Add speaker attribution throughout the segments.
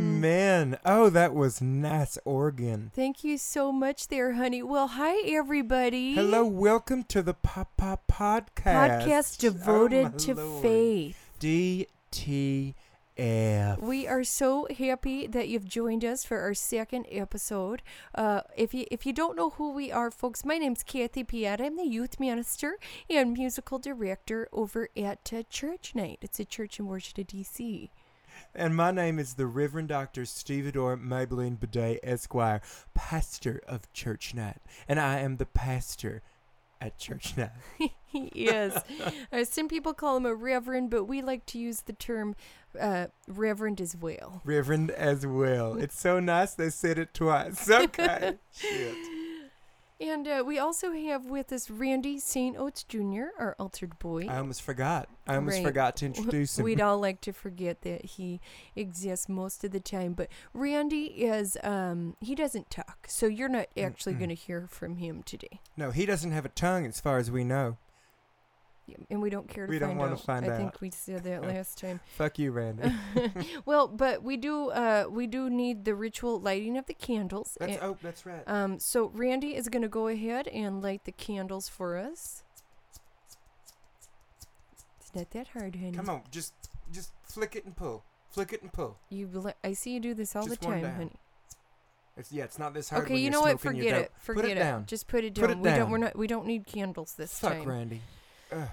Speaker 1: Oregon. Oh, that was nice, Oregon.
Speaker 2: Thank you so much there, honey. Well, hi, everybody.
Speaker 1: Hello, welcome to the Pop Pop Podcast.
Speaker 2: Podcast
Speaker 1: Oh,
Speaker 2: devoted
Speaker 1: my
Speaker 2: to
Speaker 1: Lord.
Speaker 2: faith.
Speaker 1: DTF.
Speaker 2: We are so happy that you've joined us for our second episode. Uh, if you if you don't know who we are, folks, my name's Kathy Piatta. I'm the youth minister and musical director over at uh, Church Night. It's a church in Washington D.C.
Speaker 1: And my name is the Reverend Dr. Stevedore Maybelline Bidet Esquire, pastor of Church Night. And I am the pastor at Church Night.
Speaker 2: he is. uh, some people call him a reverend, but we like to use the term uh, reverend as well.
Speaker 1: Reverend as well. It's so nice they said it twice. Okay. Shit.
Speaker 2: And uh, we also have with us Randy St. Oates Jr., our altered boy.
Speaker 1: I almost forgot. I almost
Speaker 2: Right.
Speaker 1: forgot to introduce him.
Speaker 2: We'd all like to forget that he exists most of the time, but Randy is, um, he doesn't talk, so you're not actually
Speaker 1: Mm-mm.
Speaker 2: going to hear from him today.
Speaker 1: No, he doesn't have a tongue as far as we know.
Speaker 2: Yeah, And we don't care to
Speaker 1: We don't
Speaker 2: find
Speaker 1: wanna
Speaker 2: out.
Speaker 1: find
Speaker 2: I think
Speaker 1: out.
Speaker 2: we said that last time.
Speaker 1: Fuck you, Randy.
Speaker 2: well, but we do, uh, we do need the ritual lighting of the candles.
Speaker 1: That's
Speaker 2: and-
Speaker 1: oh, that's right.
Speaker 2: um, so Randy is going to go ahead and light the candles for us. It's not that hard, honey.
Speaker 1: Come on, just just flick it and pull. Flick it and pull.
Speaker 2: You, bl- I see you do this all
Speaker 1: Just
Speaker 2: the
Speaker 1: one
Speaker 2: time,
Speaker 1: down.
Speaker 2: honey.
Speaker 1: It's yeah, it's not this hard.
Speaker 2: Okay,
Speaker 1: when
Speaker 2: you
Speaker 1: you're
Speaker 2: know what?
Speaker 1: smoking your
Speaker 2: Forget it.
Speaker 1: dope.
Speaker 2: Forget
Speaker 1: Put it, down.
Speaker 2: Just put it down.
Speaker 1: Put it
Speaker 2: we don't. We're
Speaker 1: down.
Speaker 2: not. We don't need candles this
Speaker 1: Fuck
Speaker 2: time.
Speaker 1: Randy. Ugh,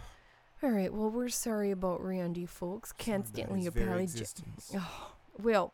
Speaker 2: All right. Well, we're sorry about Randy, folks. Constantly
Speaker 1: his very
Speaker 2: apologize.
Speaker 1: existence.
Speaker 2: oh. Well,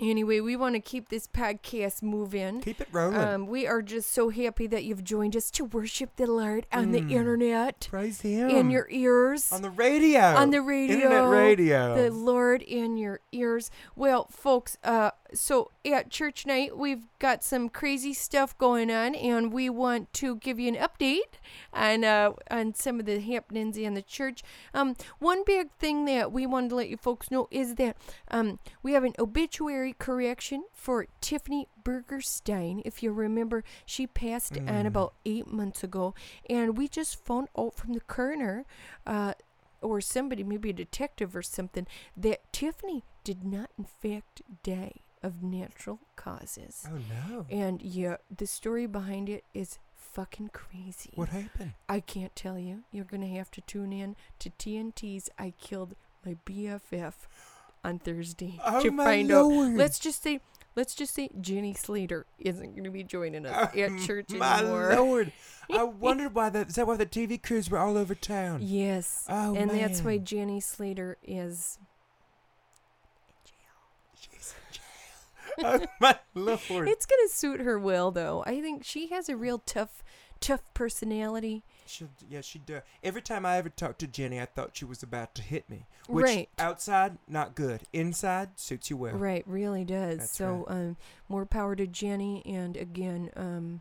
Speaker 2: anyway, we want to keep this podcast moving.
Speaker 1: Keep it rolling.
Speaker 2: Um, we are just so happy that you've joined us to worship the Lord on
Speaker 1: Mm.
Speaker 2: the internet,
Speaker 1: Praise him.
Speaker 2: in your ears,
Speaker 1: on the radio.
Speaker 2: on the radio,
Speaker 1: Oh, Internet radio. Oh,
Speaker 2: the Lord in your ears. Well, folks, uh, so at church night, we've got some crazy stuff going on, and we want to give you an update on uh, on some of the happenings in the church. Um, one big thing that we wanted to let you folks know is that um, we have an obituary correction for Tiffany Bergerstein. If you remember, she passed on
Speaker 1: Mm.
Speaker 2: about eight months ago, and we just found out from the coroner. Uh, or somebody, maybe a detective or something, that Tiffany did not, in fact, die of natural causes.
Speaker 1: oh no.
Speaker 2: And yeah, the story behind it is fucking crazy.
Speaker 1: What happened?
Speaker 2: I can't tell you. You're going to have to tune in to TNT's I Killed My BFF on Thursday
Speaker 1: Oh
Speaker 2: to
Speaker 1: my
Speaker 2: find
Speaker 1: Lord.
Speaker 2: out. Let's just say. Let's just say Jenny Slater isn't going to be joining us
Speaker 1: Oh,
Speaker 2: at church
Speaker 1: my
Speaker 2: anymore.
Speaker 1: lord. I wondered why that is that why the TV crews were all over town.
Speaker 2: Yes.
Speaker 1: Oh,
Speaker 2: and that's why
Speaker 1: man.
Speaker 2: Jenny Slater is
Speaker 1: She's in jail. oh my lord.
Speaker 2: It's gonna suit her well, though. I think she has a real tough, tough personality.
Speaker 1: She, yeah, she does. Every time I ever talked to Jenny, I thought she was about to hit me. Which
Speaker 2: Right.
Speaker 1: outside, not good. Inside, suits you well.
Speaker 2: Right, really does.
Speaker 1: That's
Speaker 2: so, um, more power to Jenny. And again, um,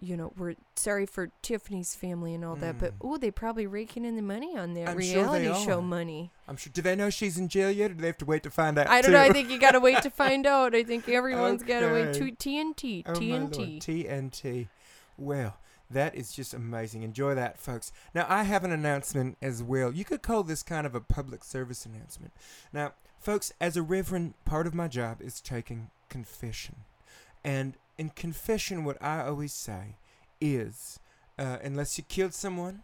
Speaker 2: you know, we're sorry for Tiffany's family and all that, but
Speaker 1: Mm.
Speaker 2: oh, they probably raking in the money on that
Speaker 1: I'm sure they
Speaker 2: reality show
Speaker 1: are.
Speaker 2: money.
Speaker 1: I'm sure. Do they know she's in jail yet, or do they have to wait to find out?
Speaker 2: I don't know. I
Speaker 1: too?
Speaker 2: think you gotta wait to find out. I think everyone's gotta wait
Speaker 1: Okay.
Speaker 2: to TNT,
Speaker 1: oh my lord,
Speaker 2: TNT.
Speaker 1: TNT. Well, that is just amazing. Enjoy that, folks. Now, I have an announcement as well. You could call this kind of a public service announcement. Now, folks, as a reverend, part of my job is taking confession, and in confession, what I always say is, uh, unless you killed someone,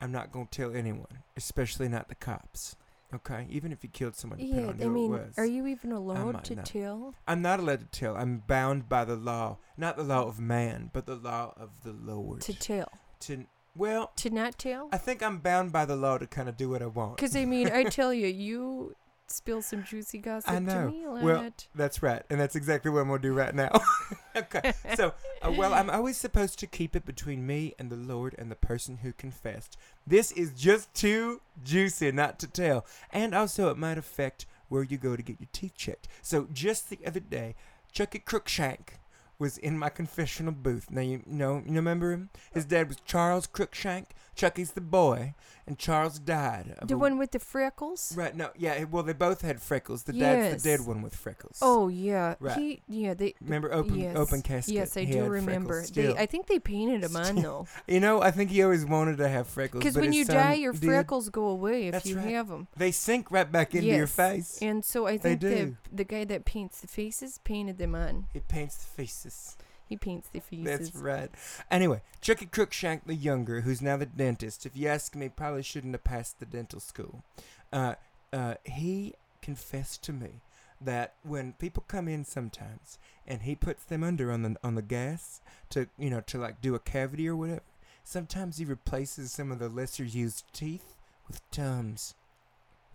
Speaker 1: I'm not gonna tell anyone, especially not the cops. Okay, even if you killed someone, depending
Speaker 2: Yeah,
Speaker 1: on
Speaker 2: I
Speaker 1: who it
Speaker 2: mean,
Speaker 1: was.
Speaker 2: are you even allowed
Speaker 1: might
Speaker 2: to
Speaker 1: not.
Speaker 2: tell?
Speaker 1: I'm not allowed to tell. I'm bound by the law, not the law of man, but the law of the Lord.
Speaker 2: To tell?
Speaker 1: To- well,
Speaker 2: To not tell?
Speaker 1: I think I'm bound by the law to kind of do what I want.
Speaker 2: Because I mean, I tell you, you spill some juicy gossip
Speaker 1: know.
Speaker 2: to me,
Speaker 1: Well,
Speaker 2: Lynette.
Speaker 1: That's right, and that's exactly what I'm gonna do right now. okay, so uh, well, I'm always supposed to keep it between me and the Lord and the person who confessed. This is just too juicy not to tell, and also it might affect where you go to get your teeth checked. So just the other day, E. Chucky Crookshank was in my confessional booth. Now you know you remember him. His dad was Charles Crookshank. Chucky's the boy, and Charles died. Of
Speaker 2: The
Speaker 1: a-
Speaker 2: one with the freckles.
Speaker 1: Right, no, yeah, well, they both had freckles. The dad's the
Speaker 2: Yes.
Speaker 1: dead one with freckles.
Speaker 2: Oh yeah,
Speaker 1: Right.
Speaker 2: he yeah they
Speaker 1: Remember open
Speaker 2: yes.
Speaker 1: open casket?
Speaker 2: Yes, I
Speaker 1: he
Speaker 2: do
Speaker 1: had
Speaker 2: remember.
Speaker 1: freckles
Speaker 2: They,
Speaker 1: Still.
Speaker 2: I think they painted him on
Speaker 1: Still.
Speaker 2: though,
Speaker 1: you know, I think he always wanted to have freckles.
Speaker 2: because
Speaker 1: Because
Speaker 2: when you die, your freckles go away if
Speaker 1: That's
Speaker 2: you have 'em.
Speaker 1: right.
Speaker 2: have them.
Speaker 1: they sink right back into your
Speaker 2: Yes.
Speaker 1: face.
Speaker 2: And so I
Speaker 1: They
Speaker 2: think the
Speaker 1: do.
Speaker 2: the guy that paints the faces painted them on.
Speaker 1: It paints the faces.
Speaker 2: He paints the faces.
Speaker 1: That's right. Anyway, Chucky Cruikshank the Younger, who's now the dentist, if you ask me, probably shouldn't have passed the dental school. Uh, uh, he confessed to me that when people come in sometimes and he puts them under on the on the gas to you know to like do a cavity or whatever, sometimes he replaces some of the lesser used teeth with tums,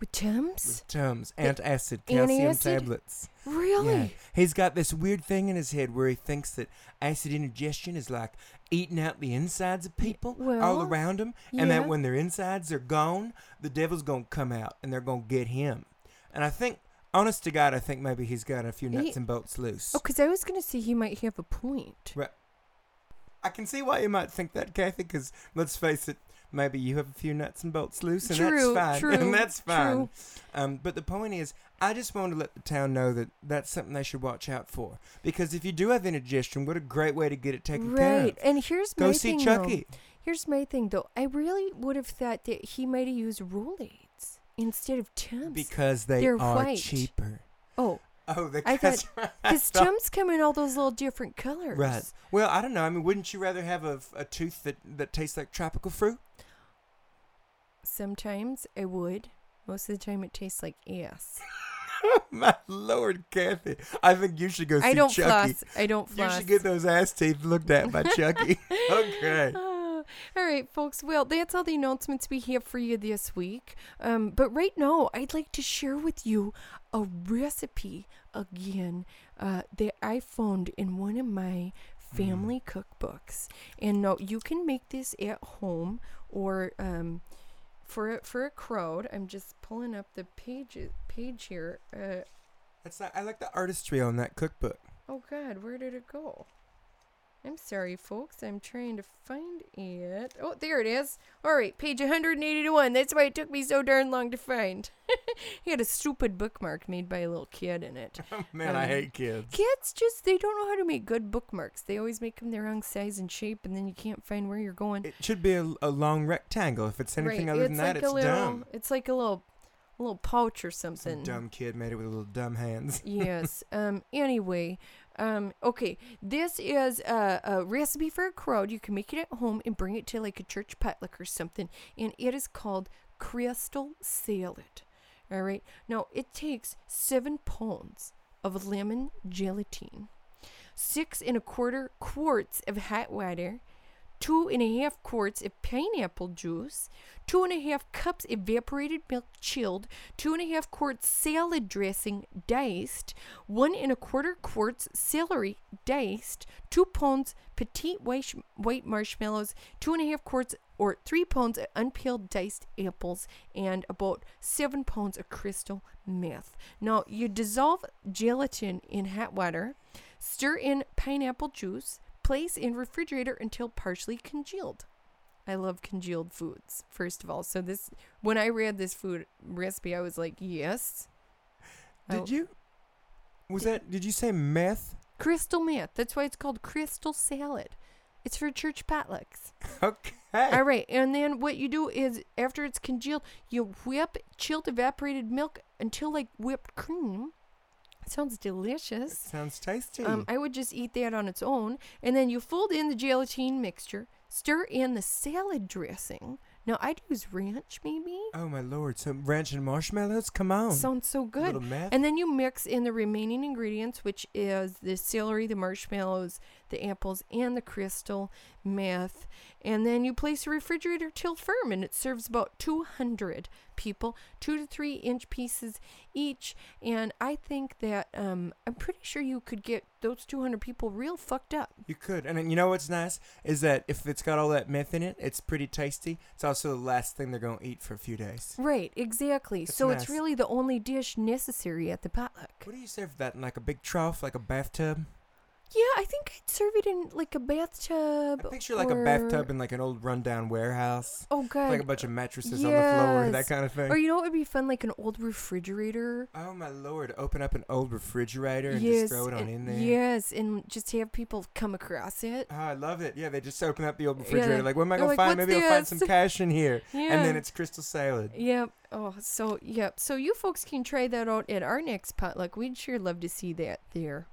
Speaker 2: With gems?
Speaker 1: with tums, antacid, calcium
Speaker 2: antacid?
Speaker 1: tablets.
Speaker 2: Really?
Speaker 1: Yeah. He's got this weird thing in his head where he thinks that acid indigestion is like eating out the insides of people all
Speaker 2: well,
Speaker 1: around them, and
Speaker 2: yeah.
Speaker 1: that when their insides are gone, the devil's going to come out and they're going to get him. And I think, honest to God, I think maybe he's got a few nuts
Speaker 2: He-
Speaker 1: and bolts loose.
Speaker 2: Oh, because I was gonna say he might have a point.
Speaker 1: I can see why you might think that, Kathy, because let's face it, maybe you have a few nuts and bolts loose, and
Speaker 2: True,
Speaker 1: that's fine.
Speaker 2: true,
Speaker 1: and that's fine.
Speaker 2: true.
Speaker 1: Um, but the point is, I just want to let the town know that that's something they should watch out for. Because if you do have indigestion, what a great way to get it taken care
Speaker 2: Right.
Speaker 1: of.
Speaker 2: And here's
Speaker 1: Go
Speaker 2: my
Speaker 1: see E.
Speaker 2: thing,
Speaker 1: Chucky.
Speaker 2: Though. Here's my thing though. I really would have thought that he might have used Rolaids instead of Tums.
Speaker 1: Because they
Speaker 2: They're
Speaker 1: are
Speaker 2: white.
Speaker 1: cheaper.
Speaker 2: oh,
Speaker 1: Oh, they
Speaker 2: I
Speaker 1: that's right.
Speaker 2: because Tums come in all those little different colors.
Speaker 1: Right. Well, I don't know. I mean, wouldn't you rather have a, a tooth that, that tastes like tropical fruit?
Speaker 2: Sometimes I would. Most of the time, it tastes like ass.
Speaker 1: My lord, Kathy. I think you should go see
Speaker 2: I don't
Speaker 1: Chucky.
Speaker 2: floss. I don't
Speaker 1: You
Speaker 2: floss.
Speaker 1: should get those ass teeth looked at by Chucky. okay.
Speaker 2: Ah, all right, folks. Well, that's all the announcements we have for you this week. Um, but right now, I'd like to share with you a recipe again uh, that I found in one of my family cookbooks. And no, you can make this at home or um, for a- for a crowd. I'm just pulling up the page page here. Uh,
Speaker 1: That's not, I like the artistry on that cookbook.
Speaker 2: Oh God, where did it go? I'm sorry, folks. I'm trying to find it. Oh, there it is. All right, page 181. That's why it took me so darn long to find. he had a stupid bookmark made by a little kid in it.
Speaker 1: Man, I
Speaker 2: Um,
Speaker 1: hate kids.
Speaker 2: Kids just, they don't know how to make good bookmarks. They always make them the wrong size and shape, and then you can't find where you're going.
Speaker 1: It should be a, a long rectangle. If it's anything
Speaker 2: right.
Speaker 1: other than
Speaker 2: it's
Speaker 1: that,
Speaker 2: like
Speaker 1: it's
Speaker 2: a little,
Speaker 1: dumb.
Speaker 2: It's like a little, a little pouch or
Speaker 1: Some
Speaker 2: something.
Speaker 1: dumb kid made it with little dumb hands.
Speaker 2: yes. Um. Anyway, um. Okay. This is a, a recipe for a crowd. You can make it at home and bring it to like a church potluck or something. And it is called crystal salad. All right. Now it takes seven pounds of lemon gelatine, six and a quarter quarts of hot water, two and a half quarts of pineapple juice, two and a half cups evaporated milk chilled, two and a half quarts salad dressing diced, one and a quarter quarts celery diced, two pounds petite white, sh- white marshmallows, two and a half quarts or three pounds of unpeeled diced apples and about seven pounds of crystal meth. Now you dissolve gelatin in hot water, stir in pineapple juice, place in refrigerator until partially congealed. I love congealed foods, first of all. So this when I read this food recipe, I was like, yes.
Speaker 1: Did
Speaker 2: Oh.
Speaker 1: you? Was that? Did you say meth?
Speaker 2: Crystal meth. That's why it's called crystal salad. It's for church potlucks.
Speaker 1: Okay.
Speaker 2: All right, and then what you do is after it's congealed, you whip chilled evaporated milk until like whipped cream. Sounds delicious.
Speaker 1: Sounds tasty.
Speaker 2: Um, I would just eat that on its own. And then you fold in the gelatine mixture, stir in the salad dressing. Now, I'd use ranch maybe.
Speaker 1: oh my lord! Some ranch and marshmallows. Come on.
Speaker 2: Sounds so good.
Speaker 1: Oh, Little meth.
Speaker 2: And then you mix in the remaining ingredients, which is the celery, the marshmallows, the apples, and the crystal meth. And then you place the refrigerator till firm, and it serves about 200 people, two to three inch pieces each. And I think that um, I'm pretty sure you could get those 200 people real fucked up.
Speaker 1: you could. And then you know what's nice is that if it's got all that meth in it, it's pretty tasty. It's also the last thing they're gonna eat for a few days.
Speaker 2: Right, exactly.
Speaker 1: That's
Speaker 2: so it's
Speaker 1: nice.
Speaker 2: really the only dish necessary at the potluck.
Speaker 1: What do you serve that in? Like a big trough, like a bathtub?
Speaker 2: Yeah, I think I'd serve it in like a bathtub.
Speaker 1: I picture like a
Speaker 2: or-
Speaker 1: bathtub in like an old rundown warehouse,
Speaker 2: Oh god.
Speaker 1: like a bunch of mattresses on the floor, that
Speaker 2: Yes.
Speaker 1: kind of thing.
Speaker 2: or you know what would be fun? Like an old refrigerator.
Speaker 1: oh my lord! Open up an old refrigerator and just throw it on
Speaker 2: and-
Speaker 1: in there.
Speaker 2: Yes, and just have people come across it.
Speaker 1: Oh, I love it. Yeah, they just open up the old
Speaker 2: Yeah,
Speaker 1: refrigerator.
Speaker 2: they-
Speaker 1: Like, what am I
Speaker 2: they're
Speaker 1: gonna
Speaker 2: like,
Speaker 1: find?
Speaker 2: "What's
Speaker 1: Maybe I'll find
Speaker 2: this?"
Speaker 1: some cash in here.
Speaker 2: Yeah.
Speaker 1: And then it's crystal salad.
Speaker 2: Yep. Oh, so yep. So you folks can try that out at our next potluck. We'd sure love to see that there.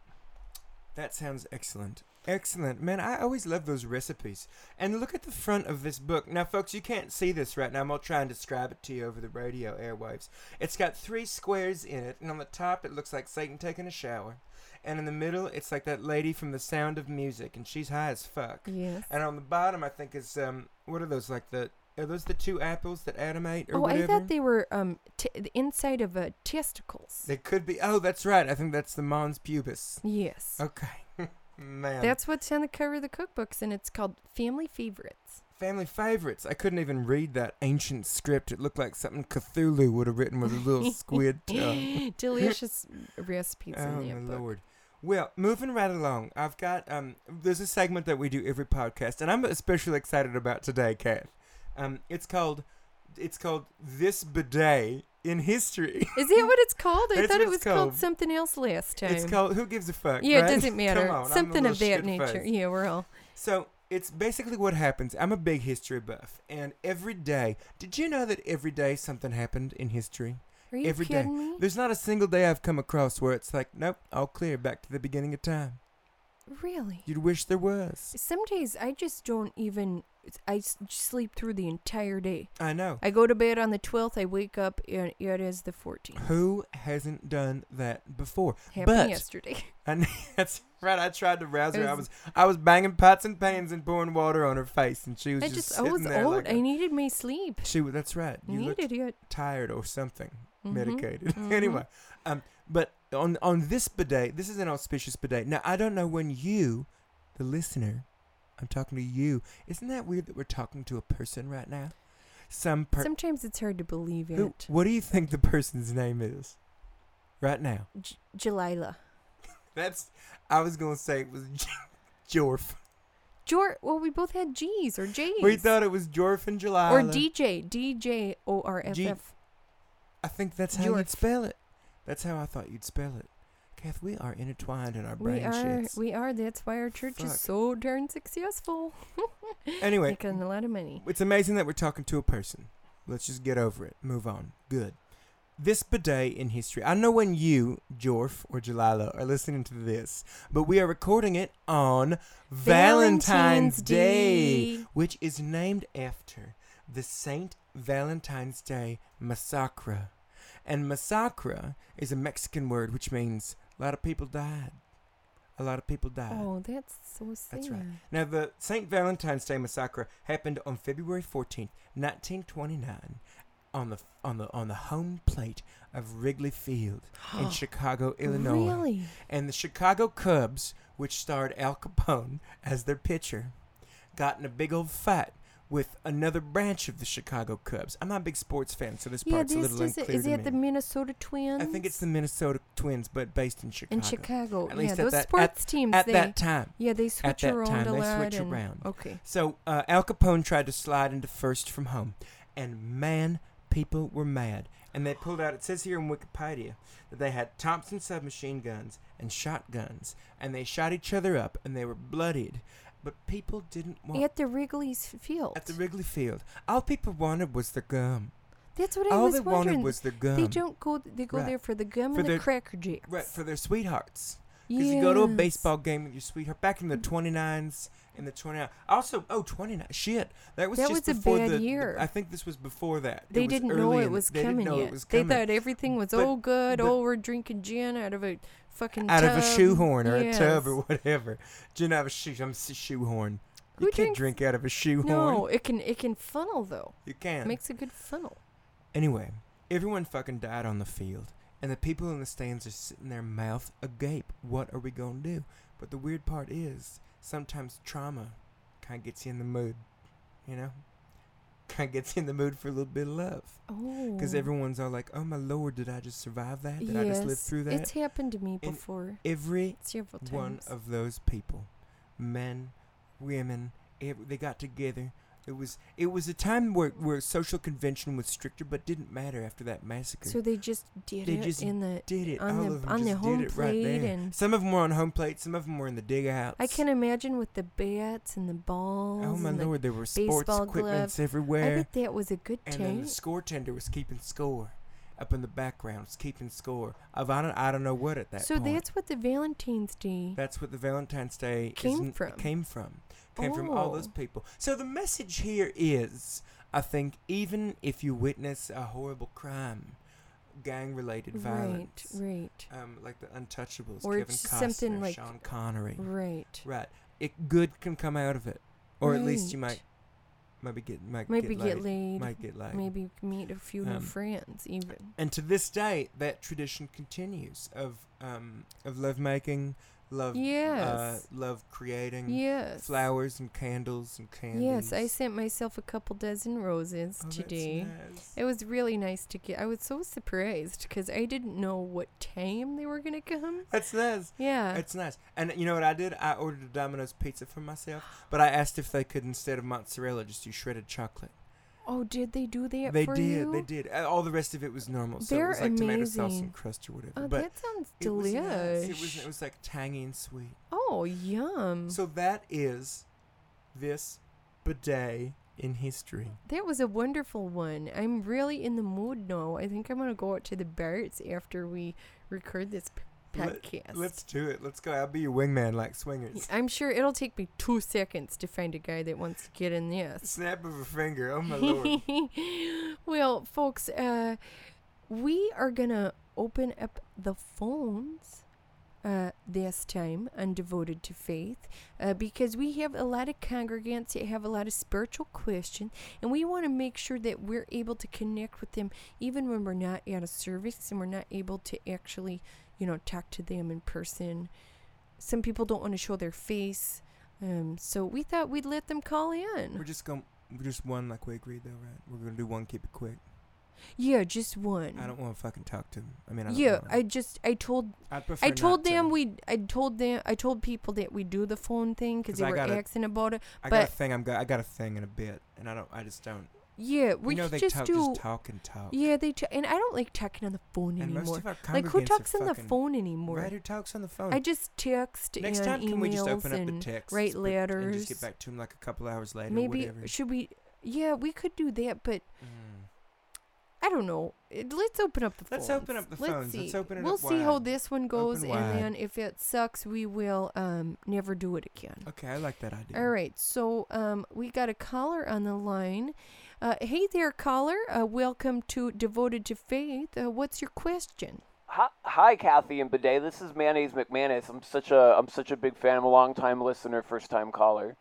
Speaker 1: That sounds excellent. Excellent. Man, I always love those recipes. And look at the front of this book. Now, folks, you can't see this right now. I'm going to try and describe it to you over the radio airwaves. It's got three squares in it, and on the top, it looks like Satan taking a shower. And in the middle, it's like that lady from The Sound of Music, and she's high as fuck.
Speaker 2: Yes.
Speaker 1: And on the bottom, I think, is, um, what are those, like the. Are those the two apples that Adam ate or
Speaker 2: Oh,
Speaker 1: whatever?
Speaker 2: I thought they were um t- the inside of uh, testicles.
Speaker 1: They could be. Oh, that's right. I think that's the Mons pubis.
Speaker 2: yes.
Speaker 1: Okay. Man.
Speaker 2: That's what's on the cover of the cookbooks, and it's called Family Favorites.
Speaker 1: Family favorites. I couldn't even read that ancient script. It looked like something Cthulhu would have written with a little squid tongue.
Speaker 2: Delicious recipes
Speaker 1: Oh,
Speaker 2: in
Speaker 1: my
Speaker 2: that book.
Speaker 1: lord. Well, moving right along, I've got um. There's a segment that we do every podcast, and I'm especially excited about today, Kath. Um, it's called, it's called this bidet in history.
Speaker 2: Is that what it's called? I
Speaker 1: That's
Speaker 2: thought
Speaker 1: what
Speaker 2: it
Speaker 1: it's
Speaker 2: was called.
Speaker 1: called.
Speaker 2: something else last time.
Speaker 1: It's called. Who gives a fuck?
Speaker 2: yeah,
Speaker 1: right?
Speaker 2: it doesn't matter.
Speaker 1: Come on, I'm a
Speaker 2: something of
Speaker 1: little
Speaker 2: that
Speaker 1: shit-faced.
Speaker 2: nature. Yeah, we're all.
Speaker 1: So it's basically what happens. I'm a big history buff, and every day, did you know that every day something happened in history?
Speaker 2: Are you
Speaker 1: Every day.
Speaker 2: kidding me?
Speaker 1: There's not a single day I've come across where it's like, nope, all clear, back to the beginning of time.
Speaker 2: Really?
Speaker 1: You'd wish there was.
Speaker 2: Some days I just don't even. I s- sleep through the entire day.
Speaker 1: I know.
Speaker 2: I go to bed on the 12th. I wake up, and it is the 14th.
Speaker 1: Who hasn't done that before?
Speaker 2: Happened
Speaker 1: But-
Speaker 2: yesterday.
Speaker 1: And that's right. I tried to rouse her. I was
Speaker 2: Is-
Speaker 1: I was banging pots and pans and pouring water on her face, and she was
Speaker 2: I
Speaker 1: just,
Speaker 2: just, I
Speaker 1: sitting
Speaker 2: was
Speaker 1: there
Speaker 2: old.
Speaker 1: like
Speaker 2: I
Speaker 1: a-
Speaker 2: needed my sleep.
Speaker 1: she. was- That's right. You looked
Speaker 2: needed it.
Speaker 1: tired or something.
Speaker 2: Mhm.
Speaker 1: medicated.
Speaker 2: mhm.
Speaker 1: anyway, um, but on on this bidet, this is an auspicious bidet. Now I don't know when you, the listener, I'm talking to you. Isn't that weird that we're talking to a person right now? Some per-
Speaker 2: Sometimes it's hard to believe it.
Speaker 1: who- What do you think the person's name is? Right now,
Speaker 2: J- Jalila.
Speaker 1: that's I was gonna say it was Jorf.
Speaker 2: Jor. Well, we both had G's or J's.
Speaker 1: We thought it was Jorf and July.
Speaker 2: or DJ. DJ O R F
Speaker 1: G-
Speaker 2: F.
Speaker 1: I think that's how
Speaker 2: Jorf.
Speaker 1: you'd spell it. That's how I thought you'd spell it. Kath, we are intertwined in our
Speaker 2: We
Speaker 1: brain
Speaker 2: are.
Speaker 1: shits.
Speaker 2: We are. That's why our church
Speaker 1: Fuck.
Speaker 2: is so darn successful.
Speaker 1: anyway,
Speaker 2: Making a lot of money.
Speaker 1: It's amazing that we're talking to a person. Let's just get over it. Move on. Good. This bidet in history. I know when you, Jorf or Jalila, are listening to this, but we are recording it on Valentine's, Day, which is named after the Saint Valentine's Day massacre. And massacre is a Mexican word which means a lot of people died. A lot of people died.
Speaker 2: Oh, that's so sad.
Speaker 1: Uh, That's right. Now, the St. Valentine's Day massacre happened on February 14th, 1929, on the on the on the home plate of Wrigley Field in Chicago, Illinois.
Speaker 2: Really?
Speaker 1: And the Chicago Cubs, which starred Al Capone as their pitcher, got in a big old fight with another branch of the Chicago Cubs. I'm not a big sports fan, so this
Speaker 2: Yeah,
Speaker 1: part's a
Speaker 2: this
Speaker 1: little
Speaker 2: doesn't.
Speaker 1: unclear
Speaker 2: Is
Speaker 1: to
Speaker 2: it the
Speaker 1: me.
Speaker 2: Minnesota Twins?
Speaker 1: I think it's the Minnesota Twins, but based in Chicago.
Speaker 2: in Chicago.
Speaker 1: At least
Speaker 2: yeah,
Speaker 1: at
Speaker 2: those
Speaker 1: that- at-
Speaker 2: sports teams.
Speaker 1: At
Speaker 2: they
Speaker 1: that time.
Speaker 2: yeah they switch
Speaker 1: at that
Speaker 2: around
Speaker 1: time,
Speaker 2: a
Speaker 1: they
Speaker 2: lot.
Speaker 1: switch
Speaker 2: and-
Speaker 1: around.
Speaker 2: Okay.
Speaker 1: So uh, Al Capone tried to slide into first from home, and man, people were mad. And they pulled out. It says here in Wikipedia that they had Thompson submachine guns and shotguns, and they shot each other up, and they were bloodied. But people didn't want
Speaker 2: At the Wrigley's Field.
Speaker 1: at the Wrigley Field. All people wanted was the gum.
Speaker 2: That's what I
Speaker 1: All
Speaker 2: was
Speaker 1: they
Speaker 2: wondering.
Speaker 1: wanted was the gum.
Speaker 2: they don't go. They go
Speaker 1: Right.
Speaker 2: there for the gum
Speaker 1: For
Speaker 2: and the
Speaker 1: their-
Speaker 2: cracker jacks.
Speaker 1: right for their sweethearts. Because you go to a
Speaker 2: Yes. Mm.
Speaker 1: baseball game with your sweetheart back in the 29s and the 29. Also, oh, 29. Shit. That was
Speaker 2: That
Speaker 1: just
Speaker 2: was a
Speaker 1: before
Speaker 2: bad
Speaker 1: the, the-
Speaker 2: year.
Speaker 1: I think this was before that. It
Speaker 2: They
Speaker 1: was
Speaker 2: didn't
Speaker 1: early
Speaker 2: know it
Speaker 1: in-
Speaker 2: was
Speaker 1: they didn't
Speaker 2: coming
Speaker 1: know
Speaker 2: yet.
Speaker 1: It was
Speaker 2: they
Speaker 1: coming.
Speaker 2: thought everything was
Speaker 1: But-
Speaker 2: oh good.
Speaker 1: but-
Speaker 2: oh, we're drinking gin out of a fucking
Speaker 1: out of a
Speaker 2: tub.
Speaker 1: shoehorn or a tub or
Speaker 2: Yes.
Speaker 1: whatever. Gin out of a shoe. I'm s- shoehorn.
Speaker 2: Who
Speaker 1: you can't
Speaker 2: drinks-
Speaker 1: drink out of a shoehorn.
Speaker 2: No, it can it can funnel though.
Speaker 1: You can't.
Speaker 2: Makes a good funnel.
Speaker 1: Anyway, everyone fucking died on the field, and the people in the stands are sitting there mouth agape. What are we gonna do? But the weird part is, sometimes trauma kind of gets you in the mood, you know? kind of gets you in the mood for a little bit of love.
Speaker 2: Oh.
Speaker 1: Because everyone's all like, oh my lord, did I just survive that? Did I just live
Speaker 2: Yes,
Speaker 1: through that?
Speaker 2: It's happened to me
Speaker 1: And
Speaker 2: before
Speaker 1: Every
Speaker 2: several times.
Speaker 1: one of those people, men, women, ev- they got together. It was it was a time where, where social convention was stricter, but didn't matter after that massacre.
Speaker 2: so they just did
Speaker 1: They
Speaker 2: it
Speaker 1: just
Speaker 2: in the
Speaker 1: did it
Speaker 2: on
Speaker 1: all
Speaker 2: the
Speaker 1: of them
Speaker 2: on the
Speaker 1: just
Speaker 2: home
Speaker 1: did it right
Speaker 2: plate
Speaker 1: there.
Speaker 2: and
Speaker 1: Some of them were on home plate. Some of them were in the dig outs.
Speaker 2: I can imagine with the bats and the balls.
Speaker 1: Oh my
Speaker 2: and the-
Speaker 1: lord! There were sports
Speaker 2: baseball
Speaker 1: equipments
Speaker 2: gloves. I
Speaker 1: everywhere,
Speaker 2: bet that was a good
Speaker 1: and then
Speaker 2: time.
Speaker 1: the score tender was keeping score up in the background, was keeping score of I don't I don't know what at that
Speaker 2: so
Speaker 1: point.
Speaker 2: that's what the Valentine's Day.
Speaker 1: That's what the Valentine's Day is
Speaker 2: Came
Speaker 1: n-
Speaker 2: from.
Speaker 1: Came from. Came from all those
Speaker 2: Oh.
Speaker 1: people. So the message here is, I think, even if you witness a horrible crime, gang-related
Speaker 2: right,
Speaker 1: violence,
Speaker 2: right,
Speaker 1: um, like the Untouchables,
Speaker 2: Or
Speaker 1: Kevin
Speaker 2: just
Speaker 1: Costner,
Speaker 2: something like-
Speaker 1: Sean Connery,
Speaker 2: right.
Speaker 1: right? It good can come out of it, or at least you might
Speaker 2: Right.
Speaker 1: maybe get might
Speaker 2: maybe
Speaker 1: get,
Speaker 2: get
Speaker 1: laid,
Speaker 2: laid,
Speaker 1: might get laid.
Speaker 2: maybe meet a few new
Speaker 1: Um,
Speaker 2: friends, even.
Speaker 1: And to this day, that tradition continues of um of love making, love uh,
Speaker 2: Yes.
Speaker 1: love creating,
Speaker 2: Yes.
Speaker 1: flowers and candles and candies.
Speaker 2: Yes, I sent myself a couple dozen roses
Speaker 1: Oh, that's
Speaker 2: today.
Speaker 1: nice.
Speaker 2: It was really nice to get. I was so surprised because I didn't know what time they were gonna come.
Speaker 1: That's nice.
Speaker 2: Yeah.
Speaker 1: It's nice. And you know what I did? I ordered a Domino's pizza for myself, but I asked if they could instead of mozzarella just do shredded chocolate.
Speaker 2: oh, did they do that
Speaker 1: they
Speaker 2: for
Speaker 1: did.
Speaker 2: you?
Speaker 1: They did. Uh, All the rest of it was normal. So it
Speaker 2: They're
Speaker 1: was like tomato sauce
Speaker 2: amazing.
Speaker 1: and crust or whatever.
Speaker 2: Oh,
Speaker 1: but
Speaker 2: that sounds
Speaker 1: it was
Speaker 2: delish.
Speaker 1: nice. It was it was like tangy and sweet.
Speaker 2: oh, yum.
Speaker 1: So that is this bidet in history.
Speaker 2: that was a wonderful one. I'm really in the mood now. I think I'm gonna go out to the Barretts after we record this p-
Speaker 1: Let-
Speaker 2: podcast.
Speaker 1: Let's do it. Let's go. I'll be your wingman like swingers.
Speaker 2: I'm sure it'll take me two seconds to find a guy that wants to get in this.
Speaker 1: Snap of a finger. Oh my lord.
Speaker 2: well, folks, uh, we are gonna open up the phones uh, this time on Devoted to Faith uh, because we have a lot of congregants that have a lot of spiritual questions, and we want to make sure that we're able to connect with them even when we're not at a service and we're not able to actually, you know, talk to them in person. Some people don't want to show their face. Um, so we thought we'd let them call in.
Speaker 1: We're just going. We're just one like we agreed though, right? We're gonna do one. Keep it quick.
Speaker 2: Yeah, just one.
Speaker 1: I don't want to fucking talk to him. I mean, I don't
Speaker 2: yeah,
Speaker 1: wanna.
Speaker 2: I just I told
Speaker 1: I'd prefer
Speaker 2: I
Speaker 1: not
Speaker 2: told
Speaker 1: to.
Speaker 2: them we I told them I told people that we do the phone thing because
Speaker 1: 'Cause
Speaker 2: they
Speaker 1: I
Speaker 2: were
Speaker 1: gotta-
Speaker 2: asking about it.
Speaker 1: I got a
Speaker 2: but-
Speaker 1: thing. I'm. Go- I got a thing in a bit, and I don't. I just don't.
Speaker 2: Yeah, we
Speaker 1: you know
Speaker 2: could
Speaker 1: they
Speaker 2: just
Speaker 1: talk,
Speaker 2: do.
Speaker 1: just talk and talk.
Speaker 2: yeah, they t- and I don't like talking on the phone
Speaker 1: and most
Speaker 2: anymore.
Speaker 1: of our
Speaker 2: Like who
Speaker 1: congregants are
Speaker 2: talks on the
Speaker 1: fucking-
Speaker 2: phone anymore?
Speaker 1: Right, who talks on the phone?
Speaker 2: I just text
Speaker 1: Next
Speaker 2: and
Speaker 1: time,
Speaker 2: emails
Speaker 1: can we just open up the
Speaker 2: and
Speaker 1: text,
Speaker 2: write
Speaker 1: and just
Speaker 2: letters.
Speaker 1: get back to him like a couple hours later?
Speaker 2: maybe
Speaker 1: whatever.
Speaker 2: should we? Yeah, we could do that, but
Speaker 1: Mm.
Speaker 2: I don't know. It- let's open up the
Speaker 1: Let's
Speaker 2: phones.
Speaker 1: open up the phones.
Speaker 2: See.
Speaker 1: Let's open it
Speaker 2: we'll
Speaker 1: up
Speaker 2: see how
Speaker 1: wide.
Speaker 2: this one goes,
Speaker 1: Open wide.
Speaker 2: and then if it sucks, we will um never do it again.
Speaker 1: Okay, I like that idea.
Speaker 2: All right, so um, we got a caller on the line. Uh, hey there, caller. Uh, welcome to Devoted to Faith. Uh, what's your question?
Speaker 3: Hi, hi, Kathy and Bidet. This is Mayonnaise McManus. I'm such a I'm such a big fan. I'm a long time listener, first time caller.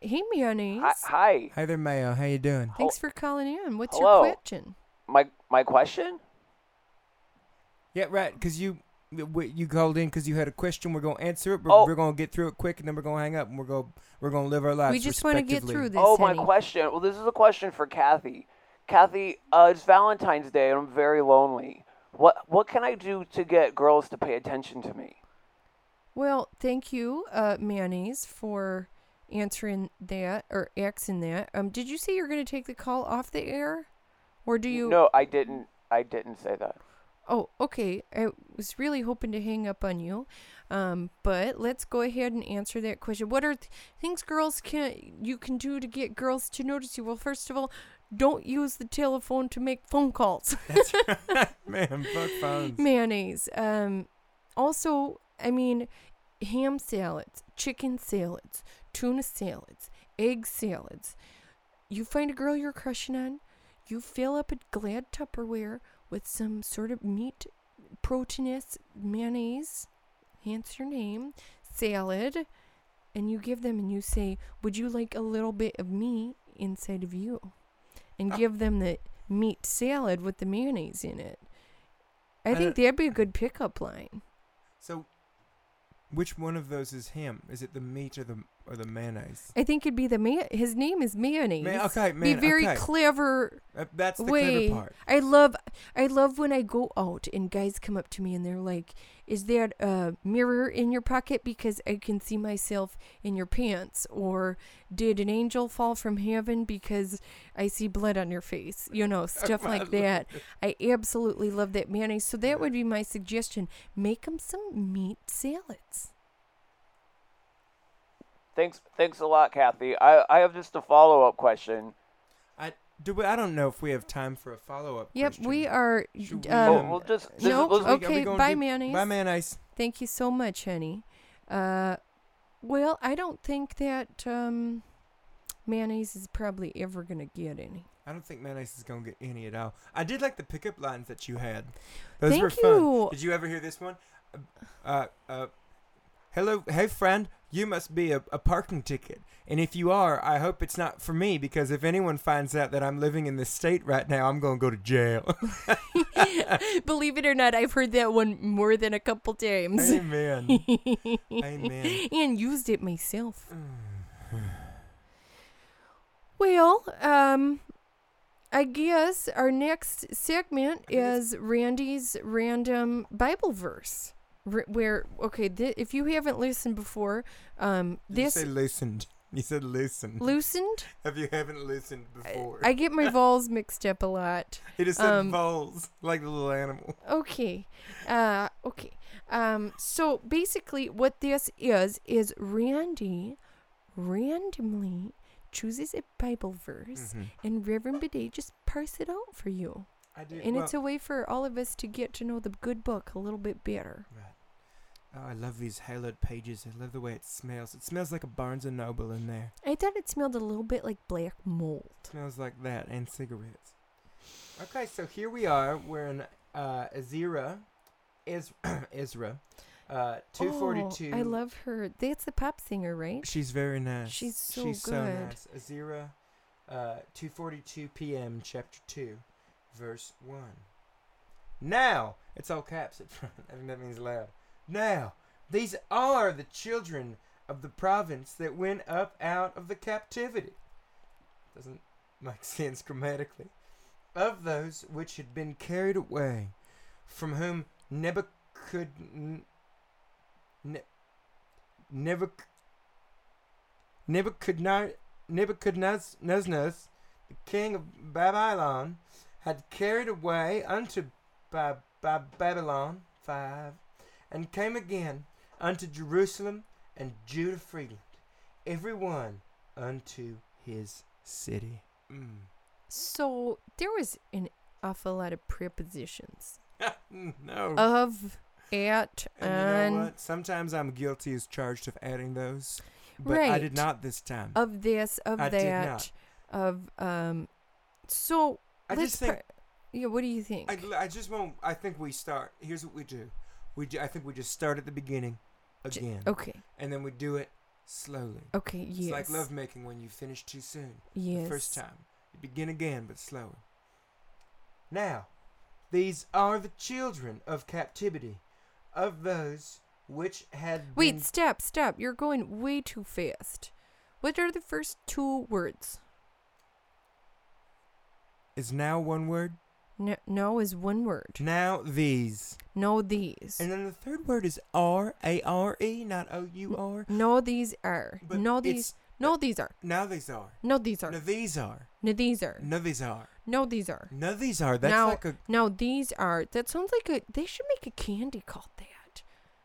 Speaker 2: Hey, Mayonnaise.
Speaker 3: Hi, hi.
Speaker 1: Hi there, Mayo. How you doing?
Speaker 2: Thanks for calling in. What's
Speaker 3: Hello.
Speaker 2: your question?
Speaker 3: My my question?
Speaker 1: Yeah, right. Because you w- you called in because you had a question. We're gonna answer it. But
Speaker 3: Oh.
Speaker 1: We're gonna get through it quick, and then we're gonna hang up, and we're gonna we're gonna live our lives.
Speaker 2: we just want to get
Speaker 1: respectively.
Speaker 2: through this.
Speaker 3: oh,
Speaker 2: honey.
Speaker 3: my question. Well, this is a question for Kathy. Kathy, uh, it's Valentine's Day, and I'm very lonely. What what can I do to get girls to pay attention to me?
Speaker 2: Well, thank you, uh, Mayonnaise, for answering that or asking that. Um, did you say you're going to take the call off the air, or do you?
Speaker 3: No, I didn't. I didn't say that.
Speaker 2: Oh, okay. I was really hoping to hang up on you, um, but let's go ahead and answer that question. What are th- things girls can you can do to get girls to notice you? Well, first of all, don't use the telephone to make phone calls.
Speaker 1: That's right, man. Fuck phones.
Speaker 2: Mayonnaise. Um, also, I mean, ham salads, chicken salads, tuna salads, egg salads. You find a girl you're crushing on, you fill up a glad Tupperware with some sort of meat, proteinous mayonnaise, hence your name, salad, and you give them and you say, Would you like a little bit of me inside of you?
Speaker 1: Oh.
Speaker 2: And give them the meat salad with the mayonnaise in it. I
Speaker 1: I
Speaker 2: think
Speaker 1: don't-
Speaker 2: that'd be a good pickup line.
Speaker 1: So, which one of those is him? Is it the meat or the or the mayonnaise?
Speaker 2: I think it'd be the may- his name is mayonnaise.
Speaker 1: May- okay,
Speaker 2: be
Speaker 1: man.
Speaker 2: very
Speaker 1: okay.
Speaker 2: clever
Speaker 1: Uh, That's the
Speaker 2: way.
Speaker 1: clever part.
Speaker 2: I love I love when I go out and guys come up to me and they're like, "Is there a mirror in your pocket because I can see myself in your pants?" or "Did an angel fall from heaven because I see blood on your face?" You know, stuff like that. I absolutely love that mayonnaise. So that would be my suggestion. Make them some meat salads.
Speaker 3: Thanks, thanks a lot, Kathy. I, I have just a follow up question.
Speaker 1: I do. We, I don't know if we have time for a follow up.
Speaker 2: Yep, we are
Speaker 1: Should we,
Speaker 2: um,
Speaker 3: oh, we'll just this,
Speaker 2: no,
Speaker 3: let's-
Speaker 2: okay. bye, mayonnaise.
Speaker 1: Bye mayonnaise.
Speaker 2: Thank you so much, honey. Uh, well, I don't think that um, mayonnaise is probably ever gonna get any.
Speaker 1: I don't think mayonnaise is gonna get any at all. I did like the pickup lines that you had. Those
Speaker 2: Thank
Speaker 1: were fun.
Speaker 2: you.
Speaker 1: Did you ever hear this one? Uh, uh, hello, hey friend, you must be a, a parking ticket, and if you are, I hope it's not for me because if anyone finds out that I'm living in this state right now, I'm gonna go to jail.
Speaker 2: Believe it or not, I've heard that one more than a couple times,
Speaker 1: Amen. Amen.
Speaker 2: and used it myself. well, um, I guess our next segment is Randy's random Bible verse. R- where okay, th- if you haven't listened before, um, this
Speaker 1: you say loosened. You said loosened.
Speaker 2: loosened.
Speaker 1: if you haven't loosened before,
Speaker 2: I get my vols mixed up a lot.
Speaker 1: it is said
Speaker 2: um,
Speaker 1: voles like the little animal.
Speaker 2: Okay. Uh, okay. Um, so basically, what this is is Randy randomly chooses a Bible verse,
Speaker 1: Mm-hmm.
Speaker 2: and Reverend Bidet just parse it out for you.
Speaker 1: I do.
Speaker 2: And it's a way for all of us to get to know the good book a little bit better.
Speaker 1: Oh, I love these haloed pages. I love the way it smells. It smells like a Barnes and Noble in there.
Speaker 2: I thought it smelled a little bit like black
Speaker 1: It
Speaker 2: mold.
Speaker 1: smells like that and cigarettes. Okay, so here we are. We're in uh, Ezra, Ez- Ezra, uh, two forty two.
Speaker 2: Oh, I Oh, love her. That's the pop singer, right?
Speaker 1: She's very nice.
Speaker 2: She's so
Speaker 1: She's so
Speaker 2: good.
Speaker 1: nice. Azira, uh, 2:42 p.m. chapter two, verse one. Now it's all caps at front. I think that means loud. Now these are the children of the province that went up out of the captivity. Doesn't make sense grammatically. Of those which had been carried away, from whom Nebuchadnezzar. Ne- Nebuchadnezzar. Nebuchadnezzar, Nebuchadnezzar, the king of Babylon, had carried away unto ba- ba- Babylon five, and came again unto Jerusalem and Judah freely, every one unto his city. Mm.
Speaker 2: So there was an awful lot of prepositions.
Speaker 1: no.
Speaker 2: of at
Speaker 1: Oh.
Speaker 2: Oh,
Speaker 1: and
Speaker 2: and
Speaker 1: you know what? Sometimes I'm guilty as charged of adding those, but I
Speaker 2: Right. Oh,
Speaker 1: did not this time.
Speaker 2: of this of
Speaker 1: I did
Speaker 2: that of um so
Speaker 1: I
Speaker 2: let's
Speaker 1: just think
Speaker 2: pre- yeah what do you think
Speaker 1: I, I just won't. I think we start. Here's what we do. We ju- I think we just start at the beginning
Speaker 2: J-
Speaker 1: again,
Speaker 2: okay
Speaker 1: and then we do it slowly.
Speaker 2: okay yes
Speaker 1: It's like love making when you finish too soon
Speaker 2: yes
Speaker 1: the first time. You begin again, but slower. Now, these are the children of captivity, of those which had
Speaker 2: wait
Speaker 1: been-
Speaker 2: stop stop you're going way too fast what are the first two words
Speaker 1: Is now one word.
Speaker 2: no, no is one word
Speaker 1: Now these,
Speaker 2: no these
Speaker 1: and then the third word is R A R E, not O U R.
Speaker 2: no these are
Speaker 1: But
Speaker 2: no
Speaker 1: it's-
Speaker 2: these no these are
Speaker 1: Now these are.
Speaker 2: no these are
Speaker 1: Now these are.
Speaker 2: no these are
Speaker 1: Now these are.
Speaker 2: no these are
Speaker 1: No, these are. That's
Speaker 2: now,
Speaker 1: like a
Speaker 2: now these are. That sounds like a. They should make a candy called that.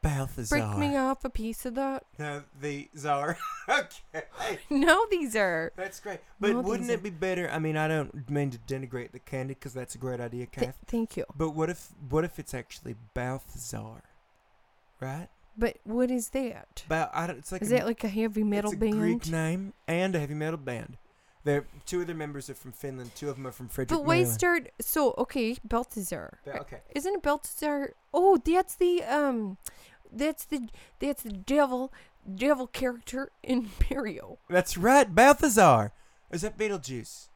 Speaker 1: Balthazar.
Speaker 2: Break me off a piece of that.
Speaker 1: No, these are. okay.
Speaker 2: No, these are.
Speaker 1: That's great. But
Speaker 2: No,
Speaker 1: wouldn't
Speaker 2: these
Speaker 1: it be better? I mean, I don't mean to denigrate the candy because that's a great idea, Kath.
Speaker 2: Th- thank you.
Speaker 1: but what if what if it's actually Balthazar? Right?
Speaker 2: But what is that?
Speaker 1: Ba- I don't, it's like
Speaker 2: Is
Speaker 1: a,
Speaker 2: that like a heavy metal
Speaker 1: it's a
Speaker 2: band?
Speaker 1: Greek name and a heavy metal band. They're, two of their members are from Finland. Two of them are from Frederick.
Speaker 2: but wait,
Speaker 1: Maryland.
Speaker 2: start. So okay, Balthazar.
Speaker 1: Ba- okay.
Speaker 2: Isn't it Balthazar? Oh, that's the um, that's the that's the devil devil character in Mario.
Speaker 1: That's right, Balthazar. Is that Beetlejuice?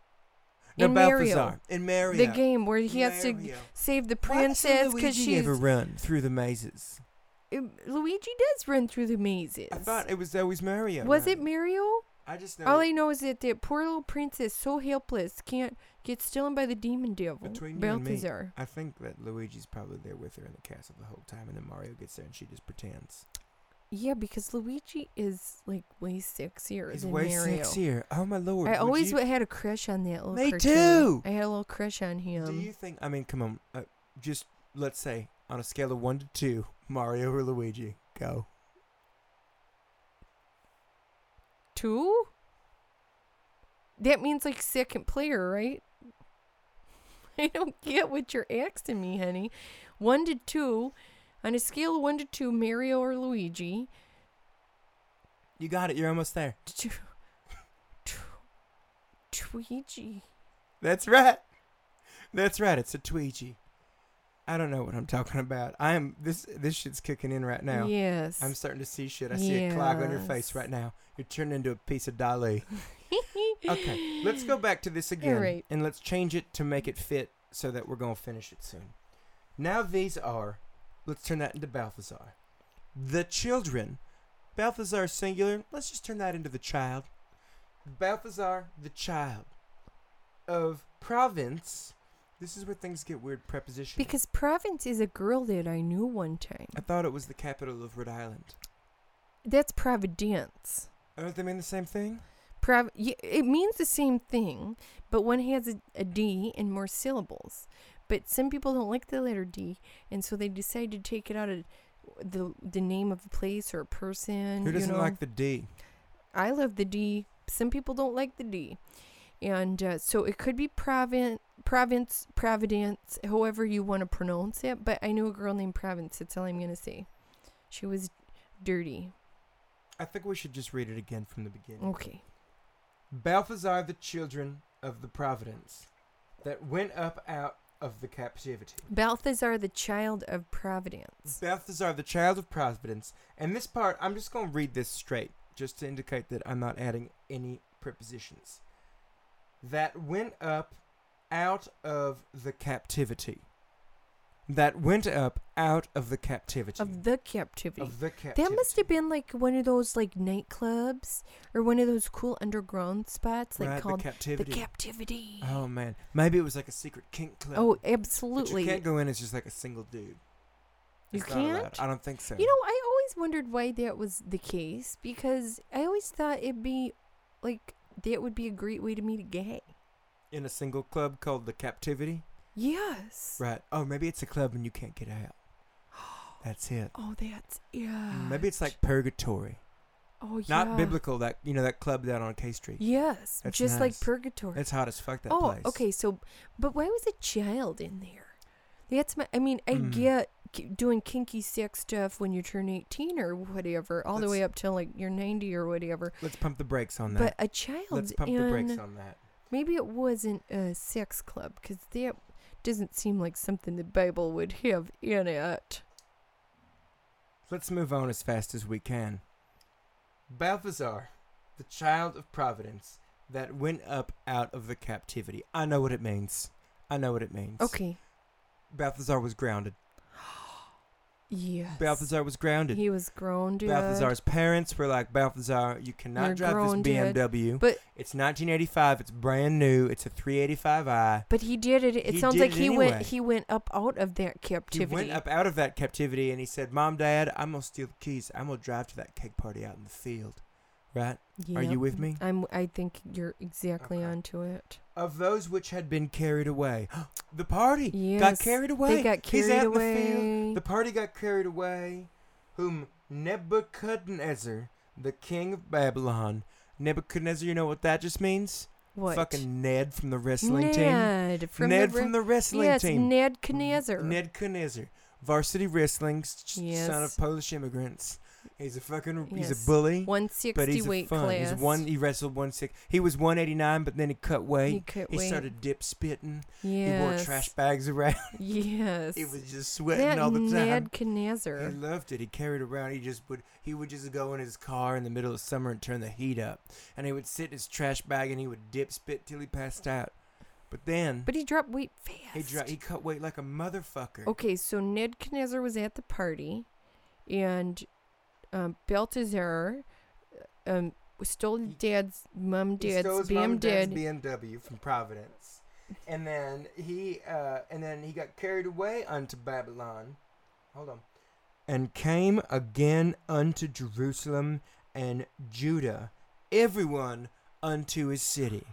Speaker 1: No,
Speaker 2: In Mario.
Speaker 1: Balthazar in Mario.
Speaker 2: The game where he has to
Speaker 1: Mario.
Speaker 2: save the
Speaker 1: Why doesn't
Speaker 2: princess because
Speaker 1: Luigi
Speaker 2: she's
Speaker 1: ever run through the mazes.
Speaker 2: um, Luigi does run through the mazes.
Speaker 1: I thought it was always Mario.
Speaker 2: was
Speaker 1: no.
Speaker 2: it Mario?
Speaker 1: I just know
Speaker 2: All I know is that that poor little prince is so helpless, can't get stolen by the demon devil,
Speaker 1: between you and me,
Speaker 2: Balthazar.
Speaker 1: I think that Luigi's probably there with her in the castle the whole time, and then Mario gets there and she just pretends.
Speaker 2: Yeah, because Luigi is like way sexier
Speaker 1: He's
Speaker 2: than
Speaker 1: way
Speaker 2: Mario.
Speaker 1: sexier. Oh my lord!
Speaker 2: I
Speaker 1: would
Speaker 2: always
Speaker 1: you-
Speaker 2: w had a crush on that little.
Speaker 1: Me
Speaker 2: cartoon.
Speaker 1: too.
Speaker 2: I had a little crush on him.
Speaker 1: Do you think? I mean, come on. Uh, just let's say on a scale of one to two, Mario or Luigi, go.
Speaker 2: Two? That means like second player, right? I don't get what you're asking me, honey. One to two, on a scale of one to two, Mario or Luigi.
Speaker 1: You got it. You're almost there.
Speaker 2: Tw- tw- Tweegee.
Speaker 1: That's right. That's right. It's a Tweegee. I don't know what I'm talking about. I am this. This shit's kicking in right now.
Speaker 2: Yes.
Speaker 1: I'm starting to see shit. I see a clog on your
Speaker 2: Yes.
Speaker 1: face right now. You're turned into a piece of Dali. okay, let's go back to this again,
Speaker 2: right.
Speaker 1: and let's change it to make it fit so that we're gonna finish it soon. Now these are. Let's turn that into Balthazar. The children. Balthazar is singular. Let's just turn that into the child. Balthazar, the child of province. This is where things get weird. Preposition.
Speaker 2: Because Province is a girl that I knew one time.
Speaker 1: I thought it was the capital of Rhode Island.
Speaker 2: That's Providence.
Speaker 1: Don't they mean the same thing?
Speaker 2: Prav- y- it means the same thing, but one has a, a D and more syllables. But some people don't like the letter D, and so they decide to take it out of the the name of a place or a person.
Speaker 1: Who doesn't
Speaker 2: you know?
Speaker 1: like the D?
Speaker 2: I love the D. Some people don't like the D, and uh, so it could be Province, Province, Providence, however you want to pronounce it. But I knew a girl named Province. That's all I'm gonna say. She was dirty.
Speaker 1: I think we should just read it again from the beginning.
Speaker 2: Okay.
Speaker 1: Balthazar, the children of the providence that went up out of the captivity.
Speaker 2: Balthazar, the child of Providence.
Speaker 1: Balthazar, the child of providence. And this part, I'm just going to read this straight, just to indicate that I'm not adding any prepositions. That went up out of the captivity. That went up out of the captivity.
Speaker 2: of the captivity.
Speaker 1: Of the captivity.
Speaker 2: that must have been like one of those like nightclubs or one of those cool underground spots like
Speaker 1: Right, the
Speaker 2: called
Speaker 1: captivity.
Speaker 2: The captivity.
Speaker 1: Oh, man. Maybe it was like a secret kink club.
Speaker 2: oh,
Speaker 1: But
Speaker 2: absolutely.
Speaker 1: you can't go in as just like a single dude.
Speaker 2: You
Speaker 1: It's not allowed.
Speaker 2: can't?
Speaker 1: I don't think so.
Speaker 2: You know, I always wondered why that was the case because I always thought it'd be like that would be a great way to meet a gay.
Speaker 1: in a single club called the Captivity.
Speaker 2: Yes.
Speaker 1: Right. Oh, maybe it's a club and you can't get out. That's it.
Speaker 2: Oh, that's yeah.
Speaker 1: Maybe it's like purgatory.
Speaker 2: oh yeah.
Speaker 1: Not biblical. That you know that club down on K Street.
Speaker 2: Yes,
Speaker 1: That's
Speaker 2: just like
Speaker 1: nice.
Speaker 2: purgatory.
Speaker 1: It's hot as fuck that
Speaker 2: oh,
Speaker 1: place.
Speaker 2: okay. So, but why was a child in there? That's my. I mean, I
Speaker 1: Mm.
Speaker 2: get k- doing kinky sex stuff when you turn eighteen or whatever, all the way
Speaker 1: That's-
Speaker 2: up till like you're ninety or whatever.
Speaker 1: Let's pump the brakes on
Speaker 2: But
Speaker 1: that.
Speaker 2: a child
Speaker 1: Let's pump
Speaker 2: in
Speaker 1: the brakes on that.
Speaker 2: maybe it wasn't a sex club because that doesn't seem like something the Bible would have in it.
Speaker 1: Let's move on as fast as we can. Balthazar, the child of providence that went up out of the captivity. I know what it means. I know what it means.
Speaker 2: Okay.
Speaker 1: Balthazar was grounded.
Speaker 2: Yes.
Speaker 1: Balthazar was grounded.
Speaker 2: He was grown, dude.
Speaker 1: Balthazar's parents were like, Balthazar, you cannot
Speaker 2: You're
Speaker 1: drive
Speaker 2: grown,
Speaker 1: this
Speaker 2: dude."
Speaker 1: BMW.
Speaker 2: But
Speaker 1: It's 1985. It's brand new. It's a 385i.
Speaker 2: but he did it. It
Speaker 1: He
Speaker 2: sounds
Speaker 1: did
Speaker 2: like
Speaker 1: it
Speaker 2: he
Speaker 1: anyway.
Speaker 2: went he went up out of that
Speaker 1: He
Speaker 2: captivity.
Speaker 1: went up out of that captivity and he said, Mom, Dad, I'm going to steal the keys. I'm going to drive to that cake party out in the field. Right? Are you
Speaker 2: Yep.
Speaker 1: with me?
Speaker 2: I'm. I think you're exactly
Speaker 1: Okay.
Speaker 2: onto it.
Speaker 1: Of those which had been carried away. the party got
Speaker 2: Yes,
Speaker 1: carried away.
Speaker 2: They got carried
Speaker 1: He's out
Speaker 2: away.
Speaker 1: in the field. The party got carried away. Whom Nebuchadnezzar, the king of Babylon, Nebuchadnezzar, you know what that just means?
Speaker 2: what?
Speaker 1: Fucking Ned from the wrestling team.
Speaker 2: Ned from
Speaker 1: Ned
Speaker 2: the, re-
Speaker 1: from the wrestling
Speaker 2: yes,
Speaker 1: team.
Speaker 2: Ned Knezer.
Speaker 1: Ned Knezer. Varsity wrestling's ch-
Speaker 2: Yes.
Speaker 1: son of Polish immigrants. He's a fucking he's
Speaker 2: Yes.
Speaker 1: a bully.
Speaker 2: 160
Speaker 1: But he's a
Speaker 2: weight
Speaker 1: fun.
Speaker 2: class.
Speaker 1: He's one E he wrestled one six he was one eighty nine but then he cut weight.
Speaker 2: He cut
Speaker 1: He
Speaker 2: weight.
Speaker 1: started dip spitting.
Speaker 2: Yes.
Speaker 1: He wore trash bags around.
Speaker 2: Yes.
Speaker 1: he was just sweating
Speaker 2: that
Speaker 1: all the time.
Speaker 2: Ned
Speaker 1: He
Speaker 2: Knezer.
Speaker 1: loved it. He carried around. He just would. He would just go in his car in the middle of summer and turn the heat up, and he would sit in his trash bag and he would dip spit till he passed out. But then
Speaker 2: But he dropped weight fast. Oh,
Speaker 1: he dro- he cut weight like a motherfucker.
Speaker 2: Okay, so Ned Knezer was at the party, and um, Balthazar um, stole dad's mum,
Speaker 1: He
Speaker 2: dad's
Speaker 1: stole his mom
Speaker 2: BM
Speaker 1: and dad's
Speaker 2: dad.
Speaker 1: BMW from Providence, and then he uh, and then he got carried away unto Babylon. Hold on, and came again unto Jerusalem and Judah, everyone unto his city.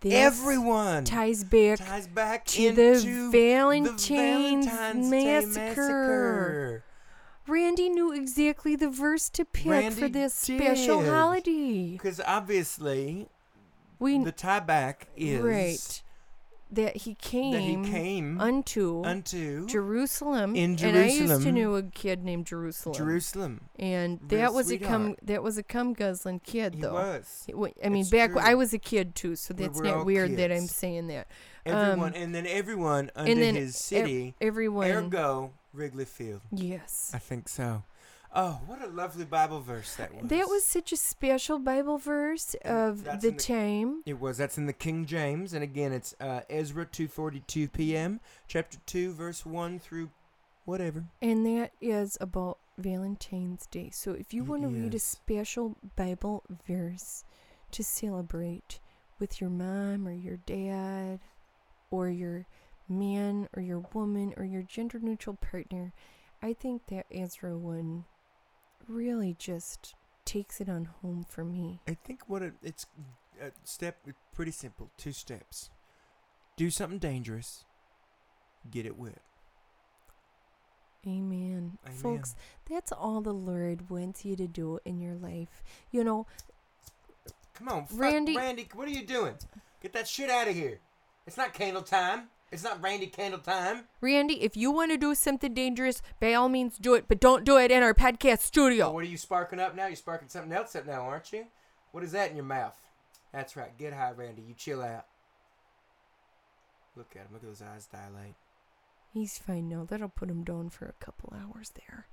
Speaker 2: This
Speaker 1: everyone
Speaker 2: ties back
Speaker 1: ties back
Speaker 2: to
Speaker 1: into
Speaker 2: the Valentine's
Speaker 1: Valentine's Day
Speaker 2: Massacre. Randy knew exactly the verse to pick for
Speaker 1: Randy
Speaker 2: this special
Speaker 1: did.
Speaker 2: holiday.
Speaker 1: Because obvieusly,
Speaker 2: We
Speaker 1: the tie back is
Speaker 2: right that he came,
Speaker 1: came
Speaker 2: unto
Speaker 1: unto
Speaker 2: Jerusalem.
Speaker 1: in
Speaker 2: and I used to
Speaker 1: Jerusalem.
Speaker 2: know a kid named Jerusalem.
Speaker 1: Jerusalem.
Speaker 2: and
Speaker 1: Ruth's
Speaker 2: that was a cum
Speaker 1: sweetheart.
Speaker 2: that was a cum guzzling kid
Speaker 1: He
Speaker 2: though.
Speaker 1: was.
Speaker 2: It wa- I mean,
Speaker 1: It's
Speaker 2: back
Speaker 1: true.
Speaker 2: I was a kid too, so
Speaker 1: We
Speaker 2: that's
Speaker 1: were
Speaker 2: not
Speaker 1: all
Speaker 2: weird that
Speaker 1: kids.
Speaker 2: I'm saying that.
Speaker 1: Everyone,
Speaker 2: um,
Speaker 1: and then everyone unto
Speaker 2: and then
Speaker 1: his
Speaker 2: ev-
Speaker 1: city.
Speaker 2: everyone,
Speaker 1: ergo, Wrigley Field.
Speaker 2: yes,
Speaker 1: I think so. Oh, what a lovely Bible verse that was.
Speaker 2: that was such a special Bible verse
Speaker 1: And
Speaker 2: of
Speaker 1: that's
Speaker 2: the
Speaker 1: in the-
Speaker 2: time.
Speaker 1: It was. That's in the King James, and again, it's uh, Ezra two forty two p.m. chapter two, verse one through whatever.
Speaker 2: And that is about Valentine's Day. So if you
Speaker 1: It
Speaker 2: want to read a
Speaker 1: is.
Speaker 2: special Bible verse to celebrate with your mom or your dad or your man or your woman or your gender neutral partner, I think that Ezra one really just takes it on home for me.
Speaker 1: I think what it, it's a step. Pretty simple. Two steps. Do something dangerous. Get it wet.
Speaker 2: Amen.
Speaker 1: Amen.
Speaker 2: Folks, that's all the Lord wants you to do in your life. You know,
Speaker 1: Come on, fuck,
Speaker 2: Randy-
Speaker 1: Randy, what are you doing? Get that shit out of here. It's not candle time. It's not Randy candle time.
Speaker 2: Randy, if you want to do something dangerous, by all means do it, but don't do it in our podcast
Speaker 1: Oh,
Speaker 2: studio.
Speaker 1: what are you sparking up now? You're sparking something else up now, aren't you? What is that in your mouth? That's right. Get high, Randy. You chill out. Look at him. Look at those eyes dilate.
Speaker 2: He's fine now. That'll put him down for a couple hours there.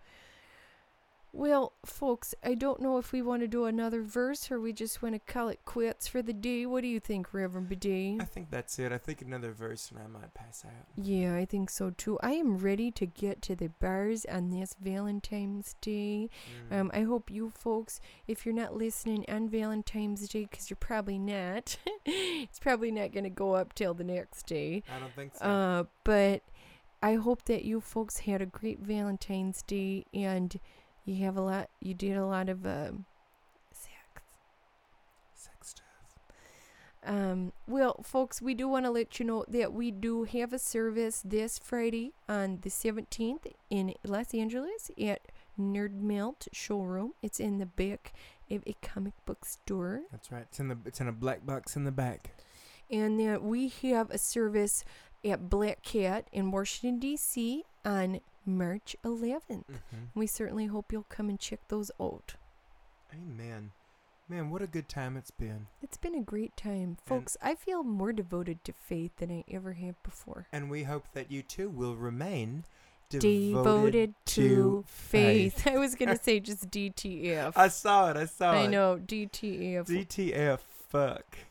Speaker 2: Well, folks, I don't know if we want to do another verse or we just want to call it quits for the day. What do you think, Reverend Bede?
Speaker 1: I think that's it. I think another verse and I might pass out.
Speaker 2: Yeah, I think so too. I am ready to get to the bars on this Valentine's Day. Um, I hope you folks, if you're not listening on Valentine's Day, because you're probably not, it's probably not going to go up till the next day.
Speaker 1: I don't think so.
Speaker 2: Uh, but I hope that you folks had a great Valentine's Day and you have a lot, you did a lot of um, sex.
Speaker 1: Sex stuff.
Speaker 2: Um, well, folks, we do want to let you know that we do have a service this Friday on the 17th in Los Angeles at Nerd Melt Showroom. It's in the back of a comic book store.
Speaker 1: That's right. It's in the it's in a black box in the back.
Speaker 2: And then we have a service at Black Cat in Washington, D.C. on March 11th. We certainly hope you'll come and check those out.
Speaker 1: Amen. Man, what a good time it's been.
Speaker 2: It's been a great time. Folks, I feel more devoted to faith than I ever have before.
Speaker 1: And we hope that you too will remain devoted,
Speaker 2: devoted to
Speaker 1: to
Speaker 2: faith. I was gonna say just E DTF.
Speaker 1: I saw it. I saw it.
Speaker 2: E I know DTF.
Speaker 1: DTF. Fuck.